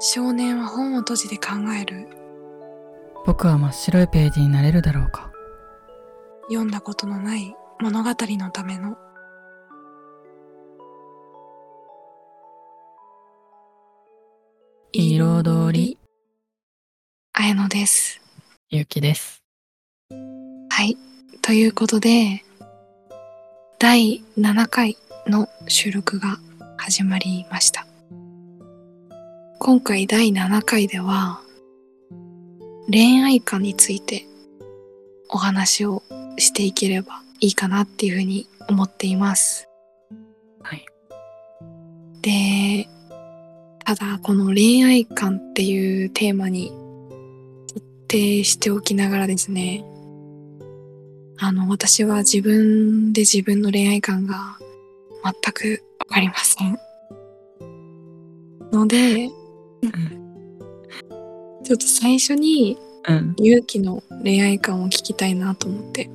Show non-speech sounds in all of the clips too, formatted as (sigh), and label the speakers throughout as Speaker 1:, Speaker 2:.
Speaker 1: 少年は本を閉じて考える
Speaker 2: 僕は真っ白いページになれるだろうか
Speaker 1: 読んだことのない物語のための
Speaker 2: 彩り
Speaker 1: 綾乃です
Speaker 2: ゆきです
Speaker 1: はいということで第7回の収録が始まりました今回第7回では恋愛観についてお話をしていければいいかなっていうふうに思っています
Speaker 2: はい
Speaker 1: でただこの恋愛観っていうテーマに設定しておきながらですねあの私は自分で自分の恋愛観が全くわかりませんので
Speaker 2: うん
Speaker 1: ちょっと最初に
Speaker 2: うん
Speaker 1: 勇気の恋愛観を聞きたいなと思って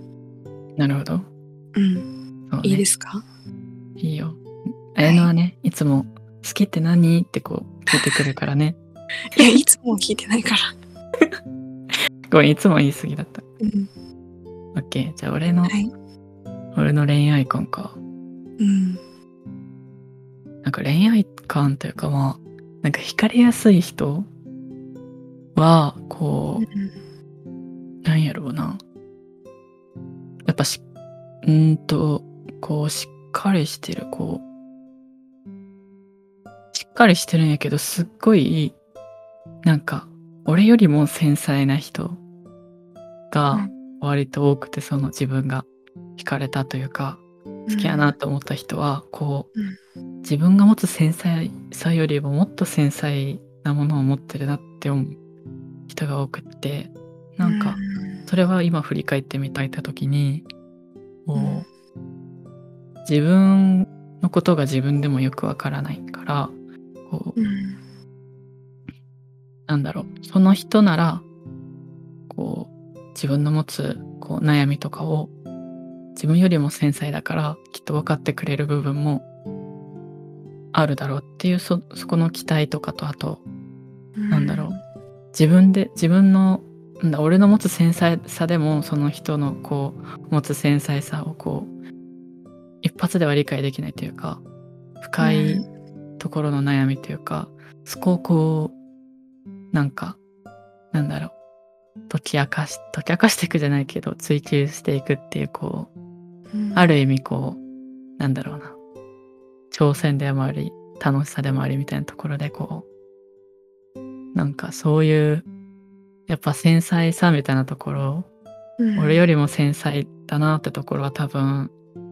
Speaker 2: なるほど
Speaker 1: うん
Speaker 2: そうね
Speaker 1: いいですか
Speaker 2: いいよ綾乃はね、い、つも「好きって何?」ってこう聞いてくるからね (laughs)
Speaker 1: いやいつも聞いてないから
Speaker 2: ごめんいつも言い過ぎだった
Speaker 1: うん
Speaker 2: オッケーじゃあ俺の、
Speaker 1: はい
Speaker 2: 俺の恋愛観か
Speaker 1: うん
Speaker 2: なんか恋愛観というかまあなんか惹かれやすい人はこ
Speaker 1: うん
Speaker 2: うなんやろうなやっぱしうーんとこうしっかりしてるこうしっかりしてるんやけどすっごいなんか俺よりも繊細な人が割と多くてその自分が惹かれたというか好きやなと思った人はこう、自分が持つ繊細さよりももっと繊細なものを持ってるなって思う人が多くってなんか
Speaker 1: う
Speaker 2: それは今振り返ってみたいた時にこう、
Speaker 1: うん
Speaker 2: 自分のことが自分でもよくわからないからこう、
Speaker 1: ん
Speaker 2: なんだろうその人ならこう自分の持つこう悩みとかを自分よりも繊細だからきっと分かってくれる部分もあるだろうっていうそそこの期待とかとあと
Speaker 1: うん
Speaker 2: なんだろう自分で自分のなんだ俺の持つ繊細さでもその人のこう持つ繊細さをこう一発では理解できないというか深いところの悩みというか、そこをこうなんかなんだろう解き明かし解き明かしていくじゃないけど追求していくっていうこ
Speaker 1: う
Speaker 2: う
Speaker 1: ん
Speaker 2: ある意味こうなんだろうな挑戦でもあり楽しさでもありみたいなところでこうなんかそういうやっぱ繊細さみたいなところ、
Speaker 1: うん
Speaker 2: 俺よりも繊細だなってところは多分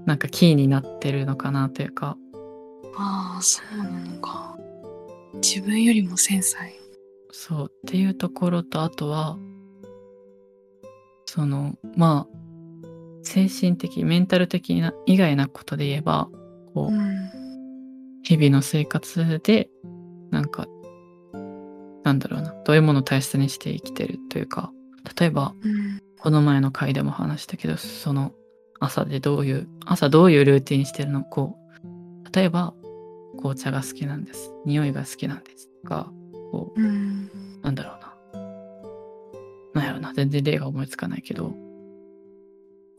Speaker 2: なんかキーになってるのかなというか
Speaker 1: ああそうなのか自分よりも繊細
Speaker 2: そうっていうところとあとはそのまあ精神的メンタル的な以外なことで言えばこう、
Speaker 1: ん
Speaker 2: 日々の生活でなんかなんだろうなどういうものを大切にして生きてるというか例えば
Speaker 1: うん
Speaker 2: この前の回でも話したけどその朝でどういう朝どういうルーティンしてるのこう例えば紅茶が好きなんです匂いが好きなんですとかこ
Speaker 1: うん
Speaker 2: うなんだろうななんやろうな全然例が思いつかないけど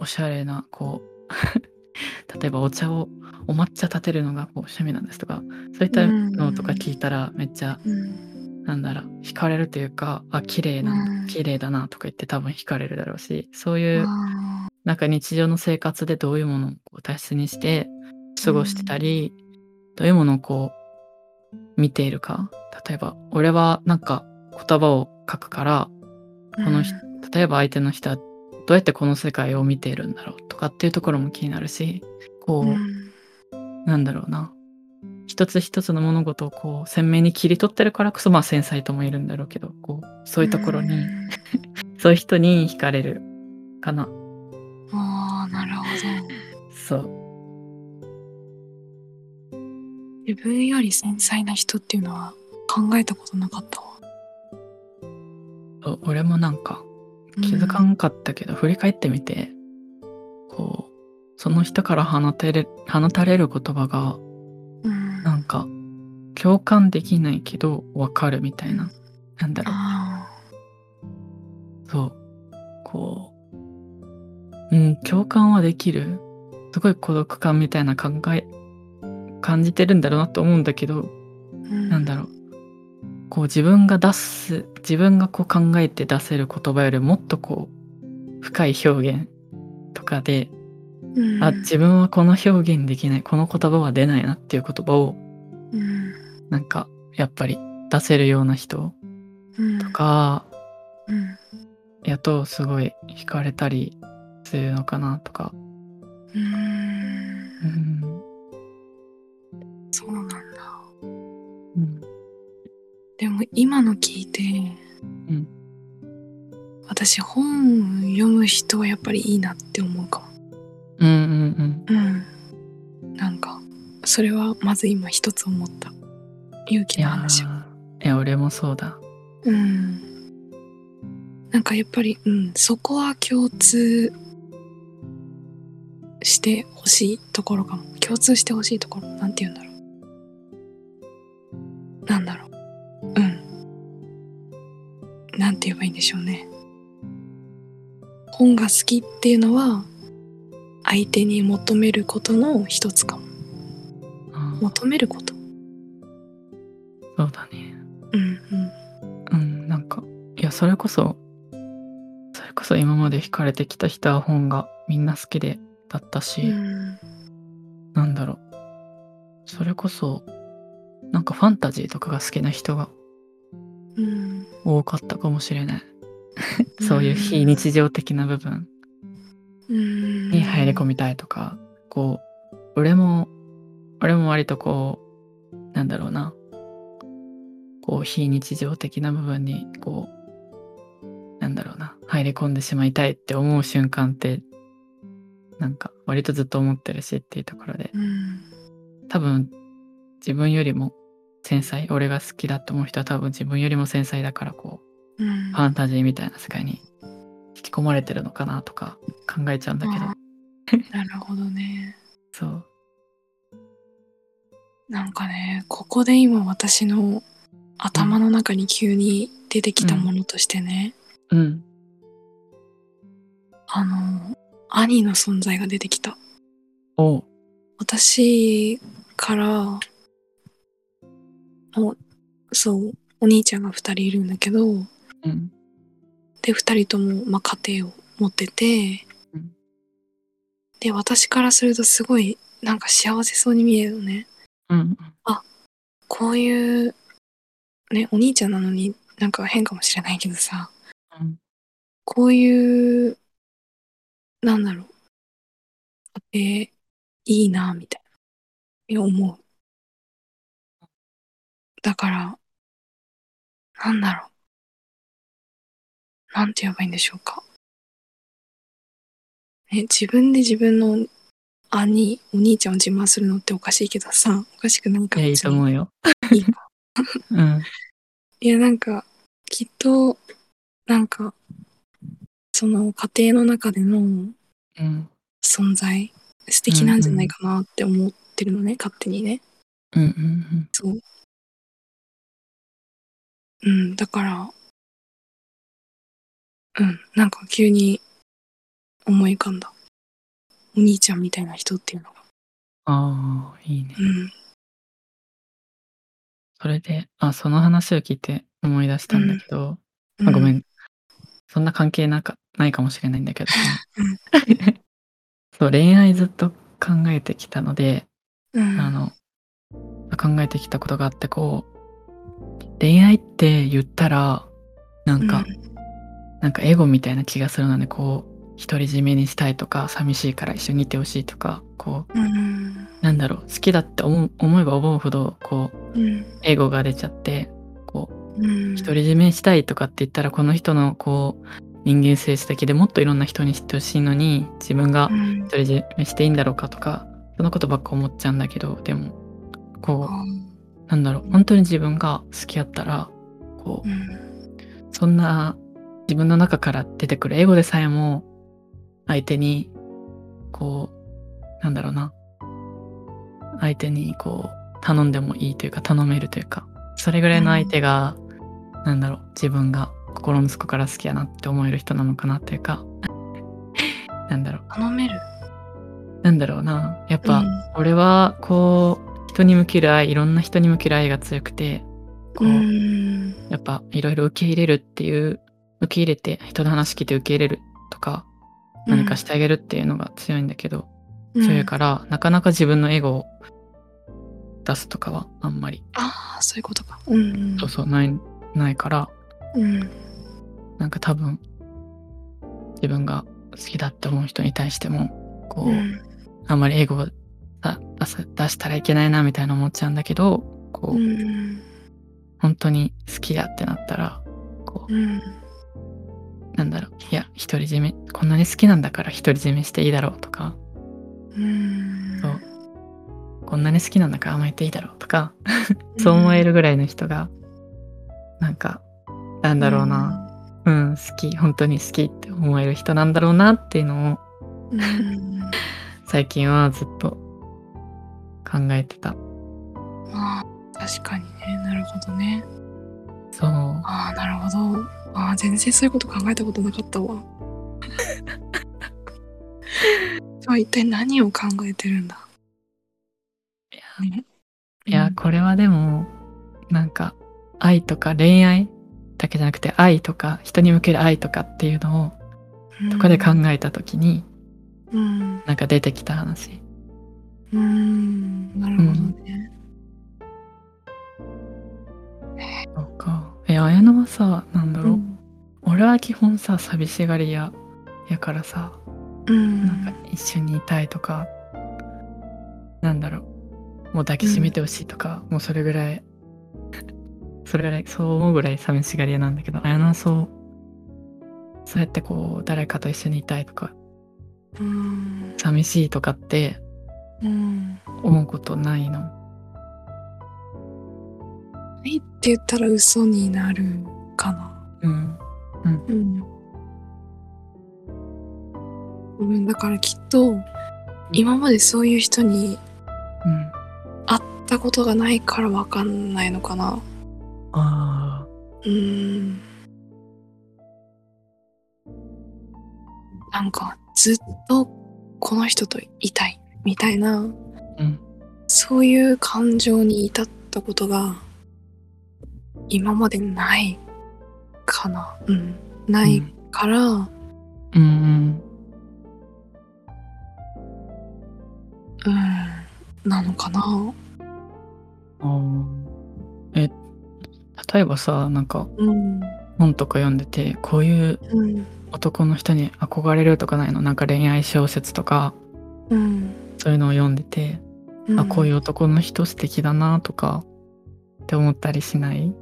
Speaker 2: おしゃれなこう (laughs) 例えばお茶をお抹茶立てるのがこう趣味なんですとかそういったのとか聞いたらめっちゃ
Speaker 1: うん
Speaker 2: なんだろう惹かれるというかあ綺麗
Speaker 1: う
Speaker 2: なん綺麗だなとか言って多分惹かれるだろうしそういう
Speaker 1: あ
Speaker 2: なんか日常の生活でどういうものをこう大切にして過ごしてたり、どういうものをこう見ているか例えば俺はなんか言葉を書くから
Speaker 1: ー
Speaker 2: この人例えば相手の人はどうやってこの世界を見ているんだろうとかっていうところも気になるしこう、
Speaker 1: うん
Speaker 2: なんだろうな一つ一つの物事をこう鮮明に切り取ってるからこそまあ繊細とも言えるんだろうけどこうそういうところに、
Speaker 1: うん
Speaker 2: そういう人に惹かれるかな
Speaker 1: ああなるほど
Speaker 2: そう
Speaker 1: 自分より繊細な人っていうのは考えたことなかったわ
Speaker 2: お俺もなんか気づかんかったけど、振り返ってみてこうその人から放てれ放たれる言葉が
Speaker 1: うん
Speaker 2: なんか共感できないけどわかるみたいななんだろ
Speaker 1: あ
Speaker 2: うそうこううん共感はできるすごい孤独感みたいな考え感じてるんだろうなと思うんだけど
Speaker 1: ー
Speaker 2: なんだろうこう自分が出す自分がこう考えて出せる言葉よりもっとこう深い表現とかで、
Speaker 1: う、うん、
Speaker 2: あ自分はこの表現できないこの言葉は出ないなっていう言葉を
Speaker 1: うん
Speaker 2: なんかやっぱり出せるような人
Speaker 1: うん、と
Speaker 2: と、か
Speaker 1: うん
Speaker 2: やとすごい惹かれたりするのかなとか、
Speaker 1: うん、
Speaker 2: うん
Speaker 1: そうなんだ
Speaker 2: うん
Speaker 1: でも今の聞いて、
Speaker 2: ん
Speaker 1: 私本読む人はやっぱりいいなって思うかも
Speaker 2: うんうん
Speaker 1: うんなんかそれはまず今一つ思った勇
Speaker 2: い
Speaker 1: 気の
Speaker 2: や
Speaker 1: 話を
Speaker 2: ーいや俺もそうだ
Speaker 1: うんなんかやっぱり、うん、そこは共通してほしいところかも共通してほしいところなんて言うんだろうなんだろううんなんて言えばいいんでしょうね本が好きっていうのは相手に求めることの一つかも
Speaker 2: あー
Speaker 1: 求めること
Speaker 2: そうだね
Speaker 1: うんうん
Speaker 2: うん、なんか、いや、それこそ、それこそ今まで惹かれてきた人は本がみんな好きで、だったし、
Speaker 1: うん
Speaker 2: なんだろう。それこそ、なんかファンタジーとかが好きな人が
Speaker 1: うん
Speaker 2: 多かったかもしれない。そういう非日常的な部分
Speaker 1: うん
Speaker 2: に入り込みたいとか、こう、俺も、俺も割とこう、なんだろうな、こう、非日常的な部分に、こう、なんだろうな、入り込んでしまいたいって思う瞬間って、なんか、割とずっと思ってるしっていうところで、
Speaker 1: うん
Speaker 2: 多分、自分よりも繊細、俺が好きだと思う人は多分自分よりも繊細だから、こ
Speaker 1: うん
Speaker 2: う、ファンタジーみたいな世界に引き込まれてるのかなとか考えちゃうんだけど
Speaker 1: あ、ーなるほどね。
Speaker 2: そう。
Speaker 1: なんかね、ここで今私の頭の中に急に出てきたものとしてね、
Speaker 2: うん。
Speaker 1: あの、兄の存在が出てきた。
Speaker 2: おう。
Speaker 1: 私から、おそう、お兄ちゃんが二人いるんだけど、
Speaker 2: うん。
Speaker 1: で、二人とも、まあ、家庭を持ってて
Speaker 2: うん、
Speaker 1: で、私からするとすごい、なんか幸せそうに見えるのね。
Speaker 2: うん。
Speaker 1: こういう、ね、お兄ちゃんなのになんか変かもしれないけどさ、
Speaker 2: うん
Speaker 1: こういう、なんだろう、家庭いいな、みたいな、思う。だから、なんだろう。なんて言えばいいんでしょうか。ね、自分で自分の兄、お兄ちゃんを自慢するのっておかしいけどさ、おかしくないかも
Speaker 2: いや、いい
Speaker 1: し
Speaker 2: と
Speaker 1: れない
Speaker 2: 思うよ。
Speaker 1: いいか
Speaker 2: うん。
Speaker 1: いや、なんか、きっと、なんか、その家庭の中での
Speaker 2: うん。
Speaker 1: 存在、素敵なんじゃないかなって思ってるのね、勝手にね。
Speaker 2: うん。うん。
Speaker 1: そう。うん、だから、うん、なんか急に思い浮かんだ。お兄ちゃんみたいな人っていうのが。
Speaker 2: ああ、いいね。
Speaker 1: うん。
Speaker 2: それで、あ、その話を聞いて思い出したんだけど、あごめ
Speaker 1: ん。
Speaker 2: ん。そんな関係なんかないかもしれないんだけど
Speaker 1: うん。
Speaker 2: (laughs) そう、恋愛ずっと考えてきたので、
Speaker 1: うん。
Speaker 2: あの、考えてきたことがあって、こう、恋愛って言ったら、なんか、なんかエゴみたいな気がするので、こう、独り占めにしたいとか、寂しいから一緒にいてほしいとか、こう、
Speaker 1: うん、うん。
Speaker 2: なんだろう、好きだって思う思えば思うほど、こう、
Speaker 1: うん。
Speaker 2: エゴが出ちゃって、こう、
Speaker 1: うん。
Speaker 2: 独り占めしたいとかって言ったら、この人の、こう、人間性素敵でもっといろんな人に知ってほしいのに、自分が
Speaker 1: うん。
Speaker 2: 独り占めしていいんだろうかとか、そのことばっか思っちゃうんだけど、でも、こ
Speaker 1: あ
Speaker 2: う、なんだろう、本当に自分が好きやったら、こ
Speaker 1: う
Speaker 2: う、
Speaker 1: ん。
Speaker 2: そんな自分の中から出てくるエゴでさえも、相手に、こう、なんだろうな、相手にこう、頼んでもいいというか頼めるというかそれぐらいの相手が、なんだろう自分が心の底から好きやなって思える人なのかなというか (laughs) なんだろう
Speaker 1: 頼める
Speaker 2: なんだろうなやっぱ、
Speaker 1: うん
Speaker 2: 俺はこう人に向ける愛いろんな人に向ける愛が強くてこう、
Speaker 1: うん
Speaker 2: やっぱいろいろ受け入れるっていう受け入れて人の話聞いて受け入れるとか何かしてあげるっていうのが強いんだけど、
Speaker 1: うん
Speaker 2: 強いからなかなか自分のエゴを出すとかはあんまり
Speaker 1: ああそういうことかうんうん
Speaker 2: そうそうないないから
Speaker 1: うん
Speaker 2: なんか多分自分が好きだって思う人に対してもこう、
Speaker 1: うん
Speaker 2: あんまりエゴをさ出さ出したらいけないなみたいな思っちゃうんだけどこ
Speaker 1: う
Speaker 2: う、
Speaker 1: ん
Speaker 2: 本当に好きやってなったらこう
Speaker 1: うん
Speaker 2: なんだろういや独り占めこんなに好きなんだから独り占めしていいだろうとか
Speaker 1: うん
Speaker 2: そうこんなに好きなんだから甘えていいだろうとかそう思えるぐらいの人が、なんか、なんだろうな、うん、好き、本当に好きって思える人なんだろうなっていうのを、
Speaker 1: うんうん
Speaker 2: 最近はずっと考えてた。
Speaker 1: まあ確かにねなるほどね
Speaker 2: そう。
Speaker 1: ああなるほどああ全然そういうこと考えたことなかったわ (laughs) じゃあ一体何を考えてるんだいや,ね、
Speaker 2: いや、これはでも、なんか、愛とか恋愛だけじゃなくて、愛とか、人に向ける愛とかっていうのを、
Speaker 1: うん
Speaker 2: とかで考えた時に、
Speaker 1: うん
Speaker 2: なんか出てきた話。
Speaker 1: うんなるほどね、
Speaker 2: そうか。え、綾乃はさ、なんだ
Speaker 1: う
Speaker 2: ろう。
Speaker 1: ん
Speaker 2: 俺は基本さ、寂しがり屋やからさ、
Speaker 1: うん
Speaker 2: なんか一緒にいたいとか、なんだろう、もう抱きしめてほしいとか、もうそれぐらい、 (laughs) それぐらい、そう思うぐらい寂しがり屋なんだけど、あやなはそう、そうやってこう、誰かと一緒にいたいとか、
Speaker 1: うん
Speaker 2: 寂しいとかって
Speaker 1: うん
Speaker 2: 思うことないの。
Speaker 1: ないって言ったら嘘になるかな
Speaker 2: うん。
Speaker 1: うんうんだからきっと今までそういう人に
Speaker 2: うん。
Speaker 1: やったことがないからわかんないのかな
Speaker 2: あ
Speaker 1: うーんなんかずっとこの人といたいみたいな
Speaker 2: あ。うん。
Speaker 1: そういう感情に至ったことが今までないかなうんないから、
Speaker 2: うん。うん。
Speaker 1: うんなのかな
Speaker 2: ああ。え、例えばさ、なんか
Speaker 1: うん
Speaker 2: 本とか読んでて、こういう
Speaker 1: うん
Speaker 2: 男の人に憧れるとかないのなんか恋愛小説とか
Speaker 1: うん
Speaker 2: そういうのを読んでて、あこういうう男の人素敵だなとかって思ったりしない、
Speaker 1: んい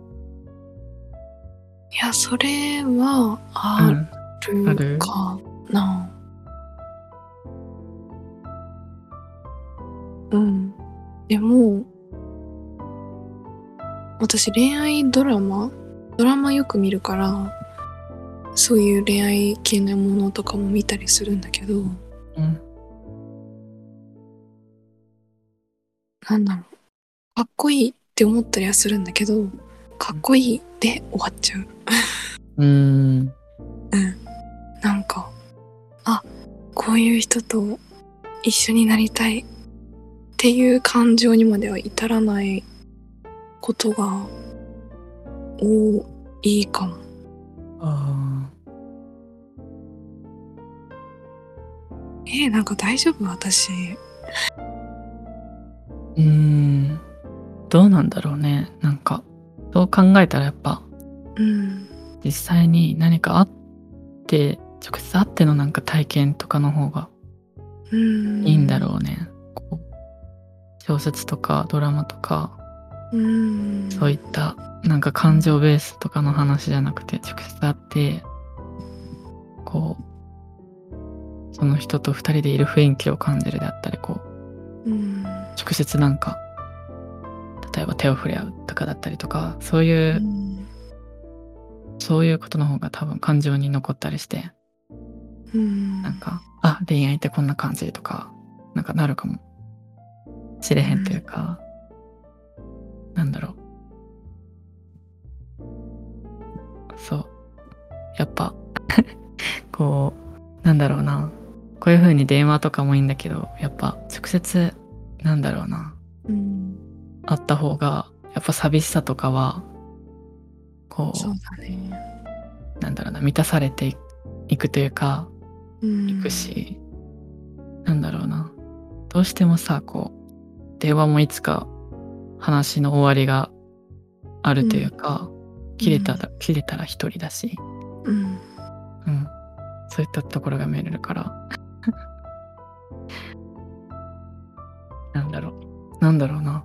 Speaker 1: やそれは
Speaker 2: う
Speaker 1: あ
Speaker 2: ん、あ
Speaker 1: る
Speaker 2: る
Speaker 1: かなうんでも私恋愛ドラマドラマよく見るからそういう恋愛系のものとかも見たりするんだけど
Speaker 2: うん
Speaker 1: なんだろうかっこいいって思ったりはするんだけどかっこいいで終わっちゃう
Speaker 2: うーん
Speaker 1: なんか、あ、こういう人と一緒になりたいっていう感情にまでは至らないことが多いかも。
Speaker 2: あ
Speaker 1: えーなんか大丈夫私。
Speaker 2: ーうーんどうなんだろうねなんかそう考えたらやっぱ
Speaker 1: うん。
Speaker 2: 実際に何かあって直接会ってのなんか体験とかの方が
Speaker 1: うん。
Speaker 2: いいんだろうね、こう小説とかドラマとか
Speaker 1: う。うん。
Speaker 2: そういったなんか感情ベースとかの話じゃなくて直接会ってこうその人と2人でいる雰囲気を感じるであったりこう
Speaker 1: うん。
Speaker 2: 直接なんか例えば手を触れ合うとかだったりとかそういうう、
Speaker 1: ん。
Speaker 2: そういうことの方が多分感情に残ったりして
Speaker 1: うん
Speaker 2: なんかあ恋愛ってこんな感じとかなんかなるかもしれへんというか、なんだろうそうやっぱ (laughs) こうなんだろうなこういう風に電話とかもいいんだけどやっぱ直接なんだろうな
Speaker 1: うん、
Speaker 2: あった方がやっぱ寂しさとかはこ
Speaker 1: そうだね。
Speaker 2: うなんだろうな満たされていくというか
Speaker 1: うん、
Speaker 2: 行くし、なんだろうなどうしてもさこう電話もいつか話の終わりがあるというか、切れたら、切れたら一人だし、
Speaker 1: うん、
Speaker 2: うん、そういったところが見れるから (laughs) なんだろうなんだろうな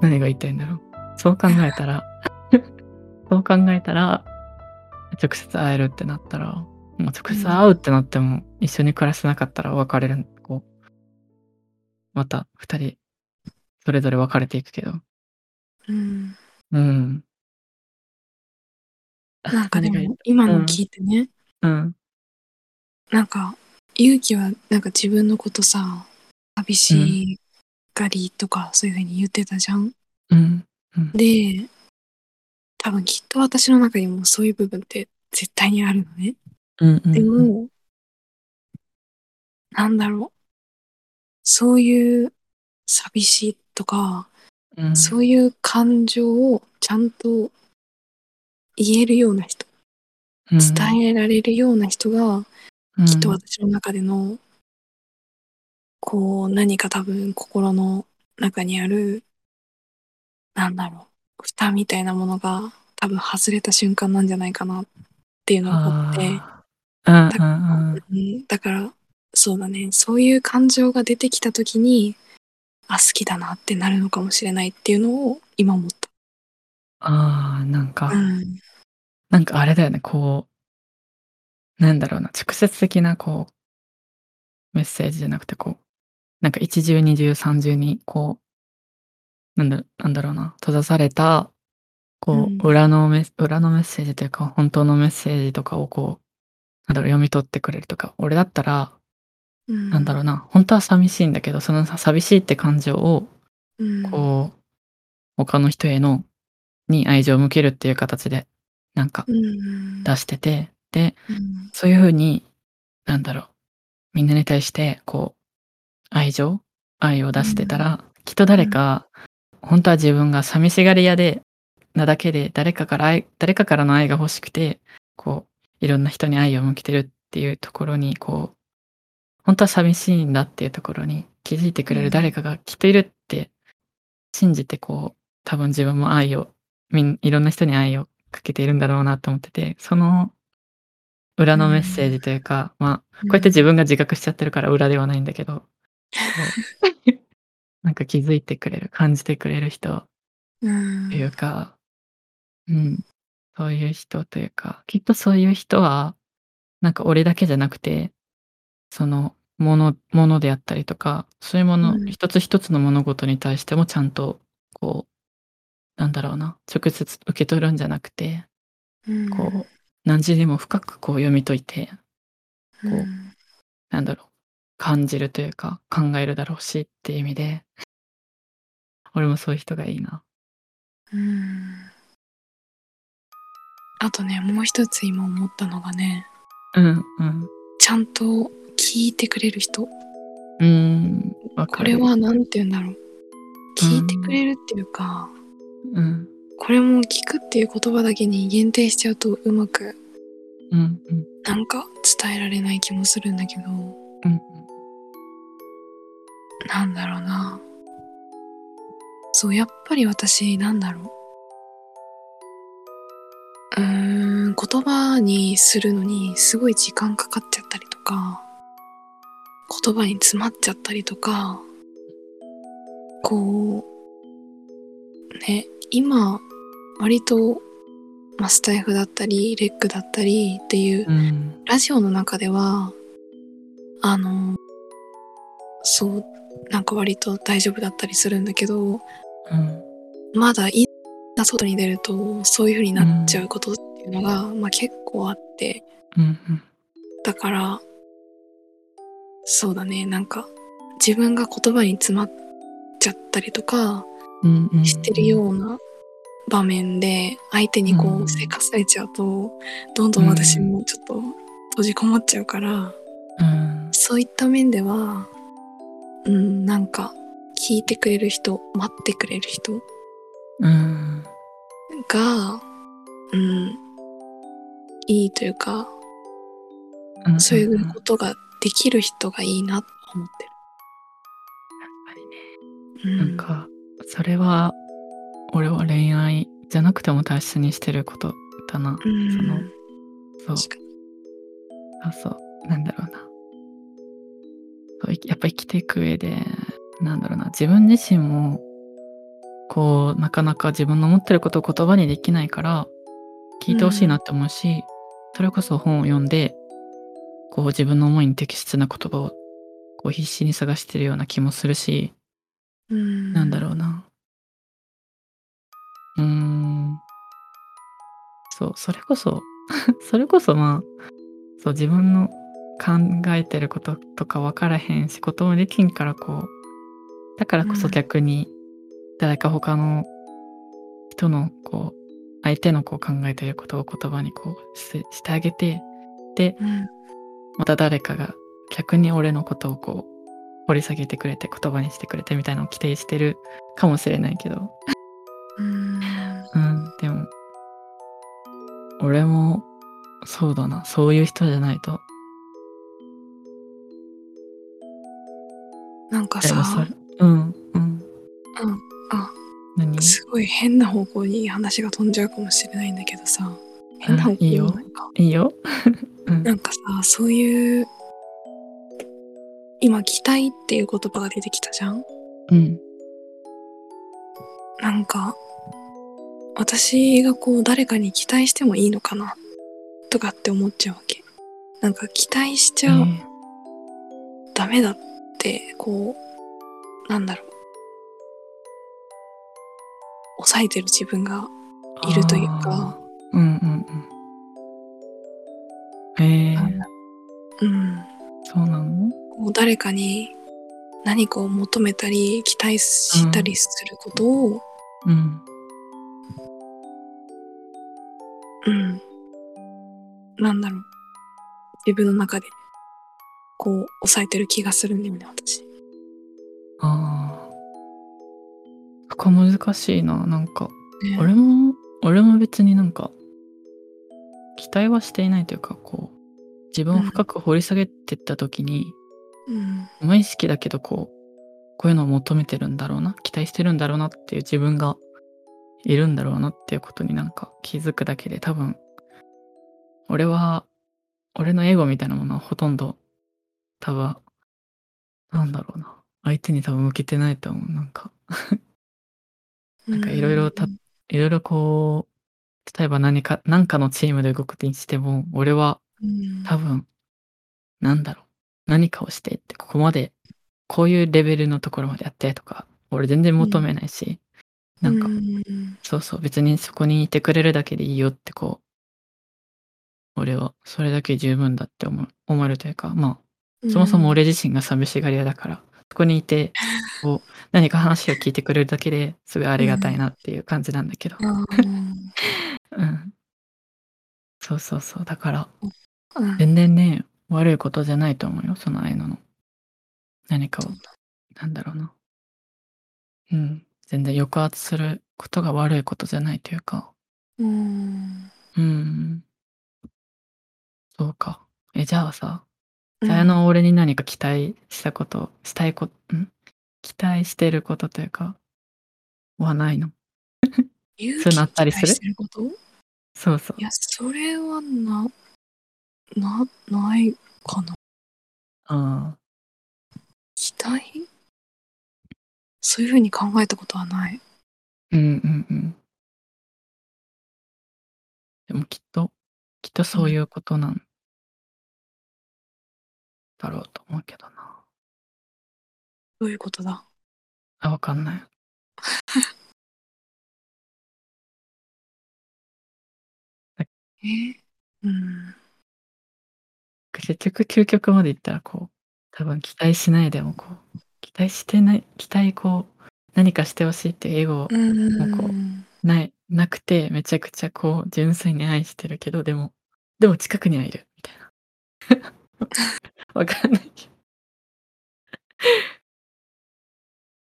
Speaker 2: 何が言いたいんだろうそう考えたら (laughs) そう考えたら直接会えるってなったらもう直接会うってなっても、一緒に暮らしてなかったら別れるこうまた二人それぞれ別れていくけど
Speaker 1: うん。
Speaker 2: うん
Speaker 1: なんかで
Speaker 2: 何が言
Speaker 1: も今の聞いてね、
Speaker 2: うん
Speaker 1: なんか勇気はなんか自分のことさ寂しがりとかそういうふうに言ってたじゃん。
Speaker 2: うん
Speaker 1: で多分きっと私の中にもそういう部分って絶対にあるのね。
Speaker 2: うんうん
Speaker 1: でも、なんだろうそういう寂しいとか、
Speaker 2: うん
Speaker 1: そういう感情をちゃんと言えるような人
Speaker 2: うん
Speaker 1: 伝えられるような人が、
Speaker 2: うん
Speaker 1: きっと私の中でのこう何か多分心の中にあるなんだろう蓋みたいなものが多分外れた瞬間なんじゃないかなっていうのを思って、
Speaker 2: あーうんうんうん
Speaker 1: うん、だからそうだねそういう感情が出てきた時にあ好きだなってなるのかもしれないっていうのを今思っ
Speaker 2: あーなんか、
Speaker 1: た。うん
Speaker 2: なんかあれだよねこうなんだろうな直接的なこうメッセージじゃなくてこうなんか一重二重三重にこうなんだなんだろうな閉ざされたこう、
Speaker 1: うん
Speaker 2: 裏のメッ裏のメッセージというか本当のメッセージとかをこうなんだろう読み取ってくれるとか俺だったら、
Speaker 1: うん
Speaker 2: なんだろうな本当は寂しいんだけどそのさ寂しいって感情を
Speaker 1: うん
Speaker 2: こう、他の人への、に愛情を向けるっていう形で、なんか
Speaker 1: うん
Speaker 2: 出してて、で、
Speaker 1: うん
Speaker 2: そういうふうに、なんだろう、みんなに対して、こう、愛情愛を出してたら、きっと誰か、本当は自分が寂しがり屋で、なだけで、誰かから愛、誰かからの愛が欲しくて、こう、いろんな人に愛を向けてるっていうところに、こう、本当は寂しいんだっていうところに気づいてく
Speaker 1: う
Speaker 2: れる
Speaker 1: ん
Speaker 2: 誰かがきっといるって信じて、こう、多分自分も愛を、みん、いろんな人に愛をかけているんだろうなと思ってて、その裏のメッセージというか、まあ、こうやって自分が自覚しちゃってるから裏ではないんだけど、こ (laughs) うなんか気づいてくれる、感じてくれる人
Speaker 1: うん
Speaker 2: というか、うん、そういう人というか、きっとそういう人は、なんか俺だけじゃなくて、その、もの、ものであったりとか、そういうもの、
Speaker 1: うん
Speaker 2: 一つ一つの物事に対してもちゃんと、こう、なんだろうな、直接受け取るんじゃなくて、
Speaker 1: うん
Speaker 2: こう、何時にも深くこう読み解いて、
Speaker 1: う
Speaker 2: うんなんだろう、感じるというか、考えるだろうしっていう意味で、俺もそういう人がいいな。
Speaker 1: うんあとねもう一つ今思ったのがね
Speaker 2: うん、うん。
Speaker 1: ちゃんと聞いてくれる人
Speaker 2: うーん、わ
Speaker 1: こ
Speaker 2: か
Speaker 1: れ
Speaker 2: る。
Speaker 1: は何て言うんだろう聞いてくれるっていうか、
Speaker 2: うん、
Speaker 1: これも聞くっていう言葉だけに限定しちゃうとうまく
Speaker 2: うん、うん、
Speaker 1: なんか伝えられない気もするんだけど
Speaker 2: うん。
Speaker 1: なんだろうなそうやっぱり私なんだろううーん言葉にするのにすごい時間かかっちゃったりとか言葉に詰まっちゃったりとかこうね今割とまあスタイフだったりレックだったりっていう
Speaker 2: うん、
Speaker 1: ラジオの中では、あの、そう、なんか割と大丈夫だったりするんだけど、
Speaker 2: うん、
Speaker 1: まだいざ外に出ると、そういう風になっちゃうことっていうのが、まあ結構あって、
Speaker 2: うん、
Speaker 1: だから、そうだね、なんか、自分が言葉に詰まっちゃったりとか、
Speaker 2: うんうん、
Speaker 1: してるような場面で相手に
Speaker 2: う
Speaker 1: こ
Speaker 2: ん
Speaker 1: うせかされちゃうとどんどん私もちょっと閉じこもっちゃうから
Speaker 2: うん
Speaker 1: そういった面ではうんなんか聞いてくれる人待ってくれる人
Speaker 2: うん
Speaker 1: がうんいいというか
Speaker 2: うん、
Speaker 1: そうい
Speaker 2: ん
Speaker 1: うことができる人がいいなと思ってる。
Speaker 2: なんかそれは俺は恋愛じゃなくても大切にしてることだな
Speaker 1: う。ん、
Speaker 2: そのそう
Speaker 1: 確かに
Speaker 2: あそうなんだろうなそういやっぱ生きていく上でなんだろうな自分自身もこうなかなか自分の思ってることを言葉にできないから聞いてほしいなって思うし、それこそ本を読んでこう自分の思いに適切な言葉をこう必死に探してるような気もするし、
Speaker 1: うん
Speaker 2: なんだろうな。うーん。そう、それこそ、 (laughs) それこそまあ、そう、自分の考えてることとか分からへん仕事もできんからこう、だからこそ
Speaker 1: うん
Speaker 2: 逆に、誰か他の人のこう、相手のこう考えてることを言葉にこうししてあげて、で、
Speaker 1: うん
Speaker 2: また誰かが逆に俺のことをこう掘り下げてくれて言葉にしてくれてみたいなのを規定してるかもしれないけど
Speaker 1: うん
Speaker 2: うんでも俺もそうだなそういう人じゃないと
Speaker 1: なんか
Speaker 2: でも
Speaker 1: さ
Speaker 2: それうんうん
Speaker 1: うんあ
Speaker 2: 何
Speaker 1: すごい変な方向に話が飛んじゃうかもしれないんだけどさ変な方向
Speaker 2: いいよ
Speaker 1: なんか
Speaker 2: いいようん
Speaker 1: なんかさそういう今期待っていう言葉が出てきたじゃん
Speaker 2: うん
Speaker 1: なんか私がこう誰かに期待してもいいのかなとかって思っちゃうわけなんか期待しちゃ
Speaker 2: えー
Speaker 1: ダメだってこうなんだろう抑えてる自分がいるというか
Speaker 2: あーうんうんうんへえ
Speaker 1: なん
Speaker 2: ー、
Speaker 1: だうん
Speaker 2: そうなの
Speaker 1: こう誰かに何かを求めたり期待したりすることを、
Speaker 2: うん
Speaker 1: うん、なんだろう自分の中でこう抑えてる気がするんだよね私。
Speaker 2: ああそこ難しいななんか俺も俺も別になんか期待はしていないというかこう自分を深く掘り下げてった時に、
Speaker 1: うん
Speaker 2: 無意識だけどこうこういうのを求めてるんだろうな期待してるんだろうなっていう自分がいるんだろうなっていうことになんか気づくだけで多分俺は俺のエゴみたいなものはほとんど多分なんだろうな相手に多分向けてないと思うなんか
Speaker 1: なん
Speaker 2: か色々たいろいろこう、例えば何か、何かのチームで動くにしても、俺は多分、なんだろう、何かをしてって、ここまで、こういうレベルのところまでやってとか、俺全然求めないし、なんか、そうそう、別にそこにいてくれるだけでいいよってこう、俺はそれだけ十分だって思う思えるというか、まあ、そもそも俺自身が寂しがり屋だから、そこにいて、 (laughs) こう、何か話を聞いてくれるだけですごいありがたいなっていう感じなんだけど。うん。そうそうそう。だから、全然ね、悪いことじゃないと思うよ、その愛のの。何かを
Speaker 1: そう、
Speaker 2: なんだろうな。うん。全然抑圧することが悪いことじゃないというか。うん。そうか。え、じゃあさ、じゃああの俺に何か期待したこと、したいこと、ん期待してることというか、はないの。そういうのあったりする
Speaker 1: ること
Speaker 2: そうそう
Speaker 1: い。やそれはななないかな
Speaker 2: あ
Speaker 1: 期待そういうふうに考えたことはない。
Speaker 2: あ。うんうんうん。でもきっと、きっとそういうことなんだろうと思うけどな。
Speaker 1: どういうことだ
Speaker 2: あ、わかんない。
Speaker 1: えーうん。
Speaker 2: 結局、究極までいったら、こう、多分期待しないでも、こう、期待してない、期待こう、何かしてほしいっていうエゴ
Speaker 1: うん
Speaker 2: こない、なくて、めちゃくちゃこう、純粋に愛してるけど、でも、でも近くにはいる、みたいな。 (laughs) わかんないけど。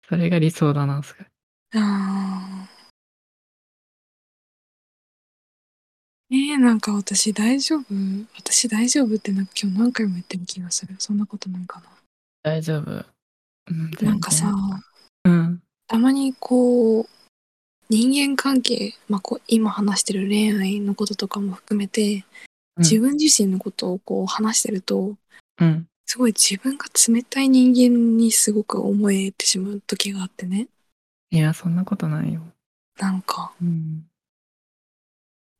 Speaker 2: それが理想だな、すごい。
Speaker 1: あーねえなんか私大丈夫私大丈夫ってなんか今日何回も言ってる気がするそんなことないか
Speaker 2: 大丈夫。うん
Speaker 1: ななんかさ、
Speaker 2: うん。
Speaker 1: たまにこう人間関係、まあ、こう今話してる恋愛のこととかも含めて
Speaker 2: うん
Speaker 1: 自分自身のことをこう話してると
Speaker 2: うん。
Speaker 1: すごい自分が冷たい人間にすごく思えてしまう時があってね
Speaker 2: いや、そんなことないよ。
Speaker 1: なんか
Speaker 2: うん。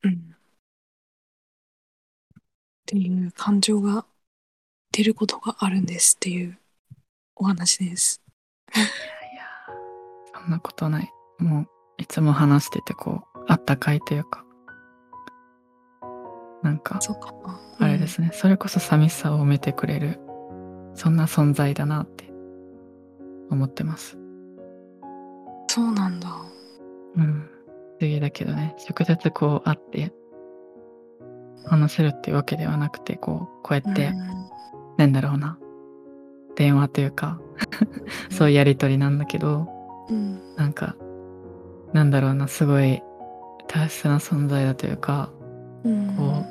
Speaker 1: うんっていう感情が出ることがあるんですっていうお話です。
Speaker 2: いや、そんなことない。もう、いつも話してて、こう、あったかいというか。なんか、
Speaker 1: そうかな。
Speaker 2: あれですね、それこそ寂しさを埋めてくれるそんな存在だなって思ってます、
Speaker 1: うん。そうなんだ。
Speaker 2: うん、不思議だけどね直接こう会って話せるっていうわけではなくてこうこうやって、
Speaker 1: うん
Speaker 2: なんだろうな電話というかそういうやり取りなんだけど
Speaker 1: うん
Speaker 2: なんかなんだろうなすごい大切な存在だというか
Speaker 1: うん
Speaker 2: こ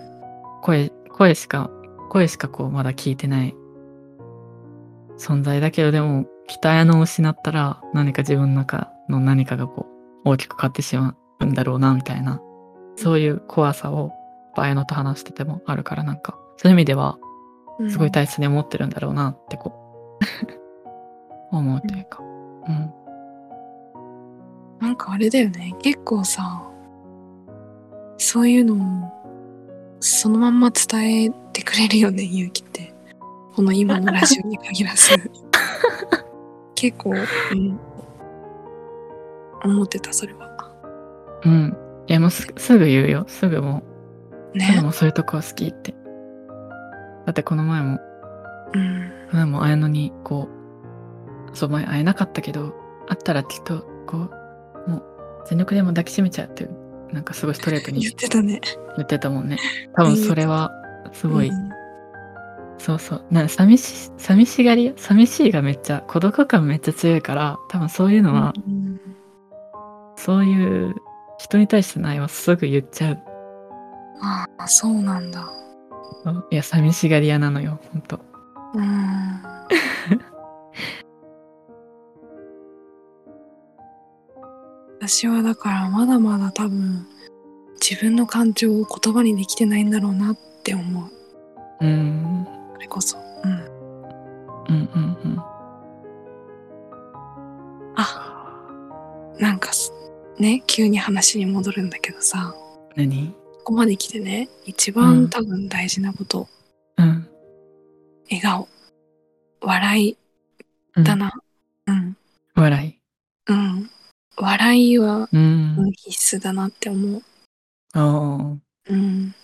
Speaker 2: う声声しか声しかこうまだ聞いてない存在だけどでも北綾のを失ったら何か自分の中の何かがこう大きく変わってしまうんだろうなみたいなそういう怖さを綾乃と話しててもあるからなんかそういう意味では
Speaker 1: うん
Speaker 2: すごい大切に思ってるんだろうなってこう (laughs) 思うというかうん
Speaker 1: なんかあれだよね結構さそういうのをそのまんま伝えてくれるよね勇気ってこの今のラジオに限ら
Speaker 2: (laughs)
Speaker 1: ず結構、うん、思ってたそれは
Speaker 2: うんいやもうすすぐ言うよすぐもうすぐ
Speaker 1: ね
Speaker 2: もうそういうとこ好きってだってこの前も
Speaker 1: うん
Speaker 2: でも綾乃にこうそう前会えなかったけど会ったらきっとこうもう全力でも抱きしめちゃうっていうなんかすごいストレート (laughs) に
Speaker 1: 言ってたね
Speaker 2: 言ってたもんね多分それはすごい、
Speaker 1: うん
Speaker 2: そうそうなんか寂し寂しがり寂しいがめっちゃ孤独感めっちゃ強いから多分そういうのは、
Speaker 1: うん
Speaker 2: そういう人に対しての愛はすぐ言っちゃう
Speaker 1: ああそうなんだ
Speaker 2: いや寂しがり屋なのよほんと
Speaker 1: うん私はだからまだまだ多分自分の感情を言葉にできてないんだろうなって思う
Speaker 2: うん
Speaker 1: それこそ、うん、
Speaker 2: うんうんうん
Speaker 1: なんかすね急に話に戻るんだけどさ
Speaker 2: 何
Speaker 1: ここまで来てね一
Speaker 2: う
Speaker 1: 番
Speaker 2: ん
Speaker 1: 多分大事なこと、
Speaker 2: うん
Speaker 1: 笑顔笑い
Speaker 2: うん
Speaker 1: だなうん
Speaker 2: 笑い
Speaker 1: うん笑いは
Speaker 2: うん、
Speaker 1: うん必須だなって思う
Speaker 2: ああ
Speaker 1: うん。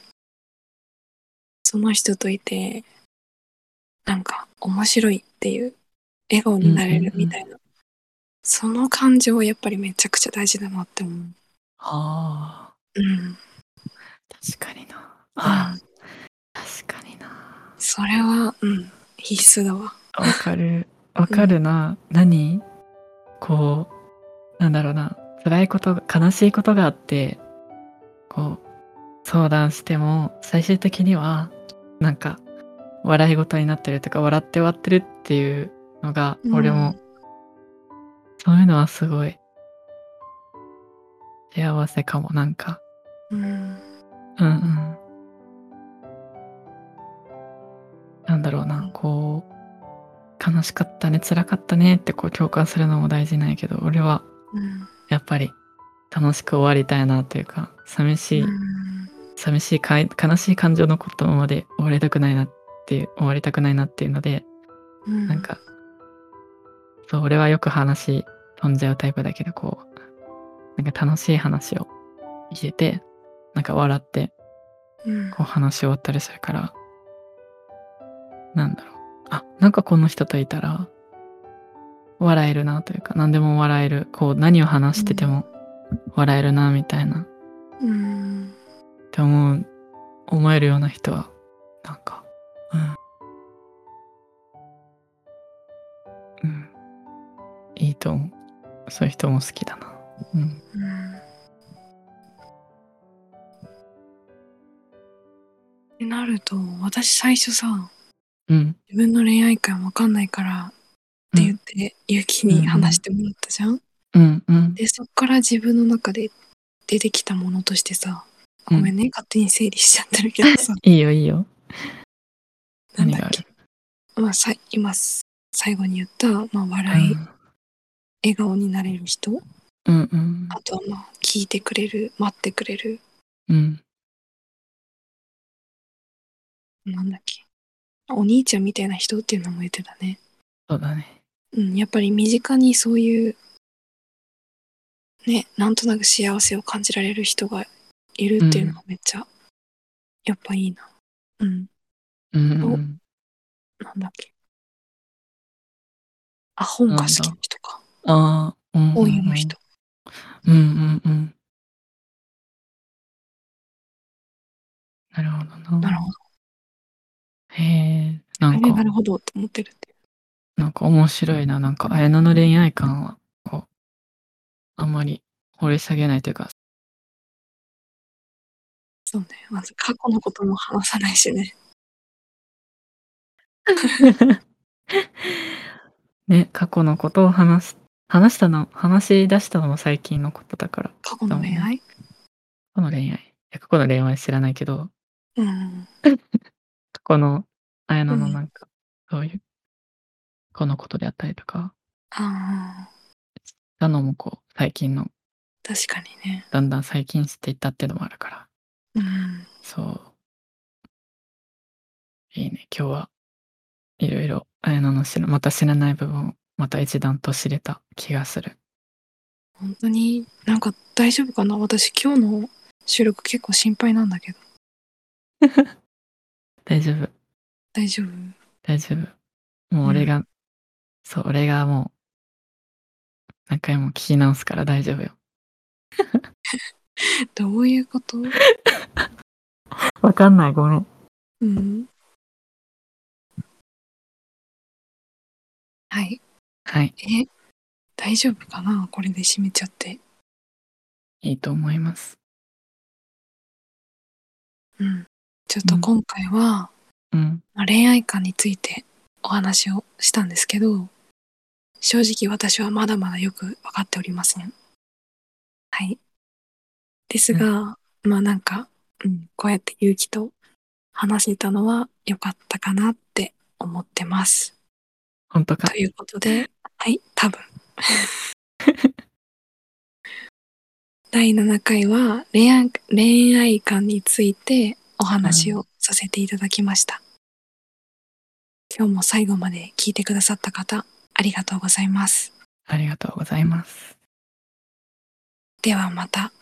Speaker 1: その人といて、なんか面白いっていう、笑顔になれるみたいな。その感情はやっぱりめちゃくちゃ大事だなって思う。
Speaker 2: あ
Speaker 1: うん。
Speaker 2: あ、確かにな。ああ、確かにな。
Speaker 1: それは、うん、必須だわ。
Speaker 2: わかる。わかるな。何こう、なんだろうな。辛いことが、悲しいことがあって、こう、相談しても、最終的には、なんか、笑い事になってるとか、笑って終わってるっていうのが、俺も、そういうのはすごい、幸せかも、なんか。
Speaker 1: うん。
Speaker 2: うんうん。なんだろうな、こう、悲しかったね、辛かったねってこう共感するのも大事なんやけど、俺は
Speaker 1: うん。
Speaker 2: やっぱり楽しく終わりたいなというか、寂しい、
Speaker 1: うん
Speaker 2: 寂しいかい、悲しい感情のことまで終わりたくないなっていう、終わりたくないなっていうので、
Speaker 1: うん。
Speaker 2: なんか、そう、俺はよく話飛んじゃうタイプだけど、こう、なんか楽しい話を入れて、なんか笑って
Speaker 1: うん、
Speaker 2: こう話し終わったりするから、なんだろう。あ、なんかこの人といたら、笑えるなというか何でも笑えるこう何を話してても笑えるなみたいな
Speaker 1: うん
Speaker 2: って思う思えるような人はなんかうん、うん、いいと思うそういう人も好きだなうん
Speaker 1: ってなると私最初さ
Speaker 2: うん
Speaker 1: 自分の恋愛観わかんないからって言って、ゆきに話してもらったじゃん、
Speaker 2: うんうん
Speaker 1: でそっから自分の中で出てきたものとしてさごめんね、勝手に整理しちゃってるけど
Speaker 2: (laughs)
Speaker 1: さ
Speaker 2: いいよいいよ
Speaker 1: なんだ
Speaker 2: 何が
Speaker 1: っ
Speaker 2: あ
Speaker 1: け
Speaker 2: る、
Speaker 1: まあ、さ今最後に言った、まあ、笑い、笑顔になれる人
Speaker 2: うんうん
Speaker 1: あとはまあ聞いてくれる待ってくれる
Speaker 2: うん
Speaker 1: なんだっけお兄ちゃんみたいな人っていうのも言ってたね
Speaker 2: そうだね
Speaker 1: うんやっぱり身近にそういうねなんとなく幸せを感じられる人がいるっていうのがめっちゃ、やっぱいいなうん
Speaker 2: うんうん
Speaker 1: なんだっけあ本が好きな人か
Speaker 2: ああうん
Speaker 1: 本読む人
Speaker 2: うんうんうんなるほどな
Speaker 1: なるほど
Speaker 2: へえなん
Speaker 1: あれな
Speaker 2: か
Speaker 1: るほどって思ってるって
Speaker 2: なんか面白いな。なんか、綾菜の恋愛観は、こう、あんまり掘り下げないというか、 (laughs)
Speaker 1: そうねまず過去のことも話さないしね
Speaker 2: ね、過去のことを話す、話したの、話し出したのも最近のことだから、
Speaker 1: 過去の恋愛
Speaker 2: 過去の恋愛。いや過去の恋愛知らないけど、
Speaker 1: うん
Speaker 2: 過去の綾菜の
Speaker 1: うん
Speaker 2: なんか、そういう、このことであったりとか、
Speaker 1: ああ
Speaker 2: したのもこう、最近の、
Speaker 1: 確かにね
Speaker 2: だんだん最近知っていったっていうのもあるから、
Speaker 1: うん
Speaker 2: そう。いいね。今日はいろいろ、綾菜の知らまた知らない部分をまた一段と知れた気がする。
Speaker 1: 本当になんか大丈夫かな私今日の収録結構心配なんだけど
Speaker 2: 大丈夫、
Speaker 1: 大丈夫
Speaker 2: 大丈夫。もう俺が、そう、俺がもう、何回も聞き直すから大丈夫よ。
Speaker 1: どういうこと
Speaker 2: わかんない、ごめん。
Speaker 1: うんはい
Speaker 2: はい、
Speaker 1: え大丈夫かなこれで締めちゃって
Speaker 2: いいと思います。
Speaker 1: うんちょっと
Speaker 2: うん
Speaker 1: 今回は、
Speaker 2: うん、
Speaker 1: まあ恋愛観についてお話をしたんですけど正直私はまだまだよく分かっておりませんはいですが、まあなんか、うん、こうやって勇気と話せたのは良かったかなって思ってます
Speaker 2: 本当か
Speaker 1: と。いうことで、はい、多分。 (laughs) 第7回は恋愛恋愛観についてお話をさせていただきました。今日も最後まで聞いてくださった方、ありがとうございます。
Speaker 2: ありがとうございます。
Speaker 1: ではまた